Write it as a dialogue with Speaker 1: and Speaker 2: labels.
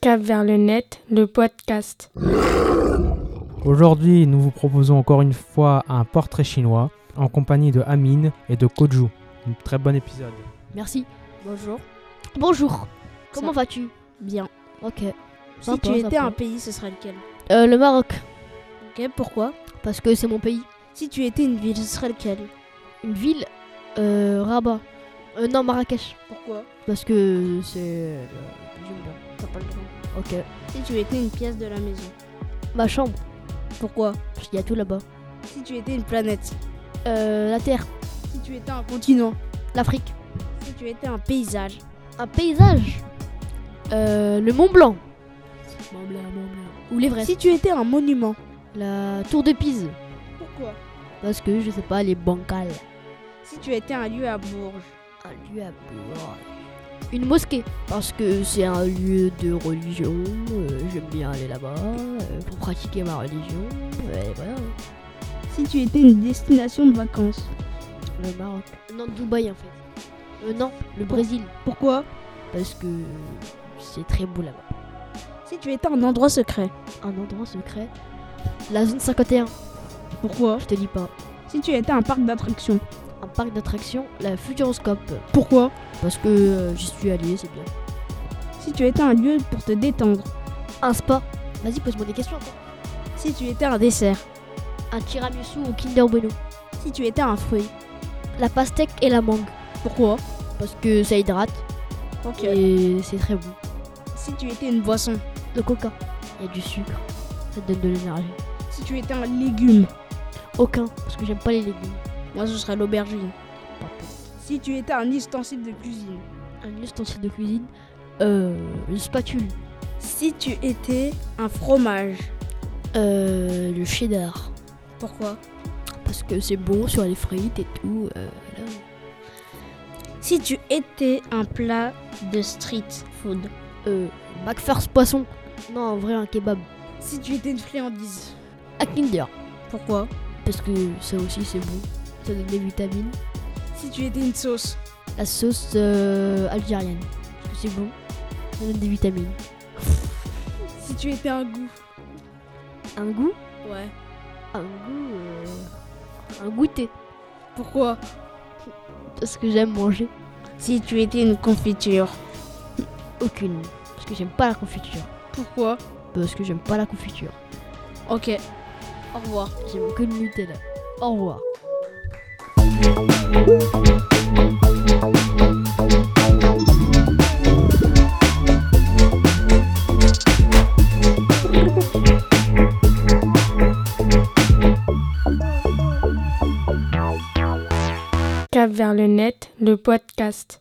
Speaker 1: Cap vers le net, le podcast.
Speaker 2: Aujourd'hui, nous vous proposons encore une fois un portrait chinois en compagnie de Amine et de Koju. Un très bon épisode.
Speaker 3: Merci.
Speaker 1: Bonjour.
Speaker 3: Bonjour. Comment vas-tu
Speaker 1: Bien.
Speaker 3: Ok.
Speaker 1: Si
Speaker 3: Sympa,
Speaker 1: tu étais
Speaker 3: sympa.
Speaker 1: un pays, ce serait lequel
Speaker 3: Euh, le Maroc,
Speaker 1: Ok, pourquoi
Speaker 3: parce que c'est mon pays.
Speaker 1: Si tu étais une ville, ce serait lequel
Speaker 3: Une ville, euh, Rabat. Euh, non, Marrakech,
Speaker 1: Pourquoi
Speaker 3: parce que c'est. euh, j'aime bien.
Speaker 1: T'as pas le droit.
Speaker 3: Ok.
Speaker 1: Si tu étais une pièce de la maison.
Speaker 3: Ma chambre,
Speaker 1: Pourquoi
Speaker 3: parce qu'il y a tout là-bas.
Speaker 1: Si tu étais une planète.
Speaker 3: Euh, la terre,
Speaker 1: Si tu étais un continent.
Speaker 3: l'Afrique.
Speaker 1: Si tu étais un paysage.
Speaker 3: Un paysage. Euh, le Mont Blanc. Mont Blanc, Mont Blanc. Ou l'Everest.
Speaker 1: Si tu étais un monument.
Speaker 3: La Tour de Pise,
Speaker 1: Pourquoi
Speaker 3: parce que je sais pas, les bancales.
Speaker 1: Si tu étais un lieu à Bourges.
Speaker 3: Un lieu à boire. Une mosquée, parce que c'est un lieu de religion. euh, J'aime bien aller là-bas euh, pour pratiquer ma religion. ouais, voilà.
Speaker 1: Si tu étais une destination de vacances.
Speaker 3: Le Maroc. Non, Dubaï en fait. Euh, non, le Brésil,
Speaker 1: Pourquoi
Speaker 3: parce que c'est très beau là-bas.
Speaker 1: Si tu étais un endroit secret.
Speaker 3: Un endroit secret. La zone 51,
Speaker 1: Pourquoi
Speaker 3: je te dis pas.
Speaker 1: Si tu étais un parc d'attractions.
Speaker 3: Un parc d'attractions, la Futuroscope,
Speaker 1: Pourquoi
Speaker 3: parce que euh, j'y suis allé, c'est bien.
Speaker 1: Si tu étais un lieu pour te détendre.
Speaker 3: Un spa. Vas-y, pose-moi des questions. encore.
Speaker 1: Si tu étais un dessert.
Speaker 3: Un tiramisu au Kinder Bueno.
Speaker 1: Si tu étais un fruit.
Speaker 3: La pastèque et la mangue,
Speaker 1: Pourquoi
Speaker 3: parce que ça hydrate.
Speaker 1: Ok.
Speaker 3: Et c'est très bon.
Speaker 1: Si tu étais une boisson.
Speaker 3: Le coca, il y a du sucre. Ça te donne de l'énergie.
Speaker 1: Si tu étais un légume.
Speaker 3: Aucun, parce que j'aime pas les légumes.
Speaker 1: Moi, ce serait l'aubergine.
Speaker 3: Pas pour-
Speaker 1: Si tu étais un ustensile de cuisine.
Speaker 3: Un ustensile de cuisine, euh, une spatule,
Speaker 1: Si tu étais un fromage.
Speaker 3: euh, le cheddar,
Speaker 1: Pourquoi
Speaker 3: parce que c'est bon sur les frites et tout. euh, voilà.
Speaker 1: Si tu étais un plat de street food.
Speaker 3: Euh, McFarce poisson. Non, en vrai, un kebab.
Speaker 1: Si tu étais une friandise.
Speaker 3: Un Kinder,
Speaker 1: Pourquoi
Speaker 3: parce que ça aussi c'est bon. Ça donne des vitamines.
Speaker 1: Si tu étais une sauce.
Speaker 3: La sauce euh, algérienne, parce que c'est bon. Ça donne des vitamines.
Speaker 1: Si tu étais un goût.
Speaker 3: Un goût
Speaker 1: Ouais.
Speaker 3: Un goût. euh, un goûter.
Speaker 1: Pourquoi
Speaker 3: Parce que j'aime manger.
Speaker 1: Si tu étais une confiture.
Speaker 3: Aucune. Parce que j'aime pas la confiture.
Speaker 1: Pourquoi
Speaker 3: Parce que j'aime pas la confiture.
Speaker 1: Ok. Au revoir.
Speaker 3: J'aime que le Nutella. Au revoir.
Speaker 4: Cap vers le net, le podcast.